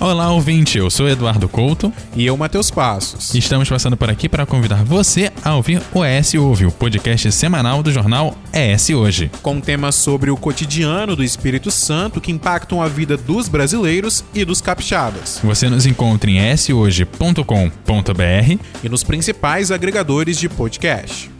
Olá, ouvinte. Eu sou Eduardo Couto. E eu, Matheus Passos. Estamos passando por aqui para convidar você a ouvir o ES Ouve, o podcast semanal do jornal ES Hoje. Com temas sobre o cotidiano do Espírito Santo que impactam a vida dos brasileiros e dos capixabas. Você nos encontra em eshoje.com.br e nos principais agregadores de podcast.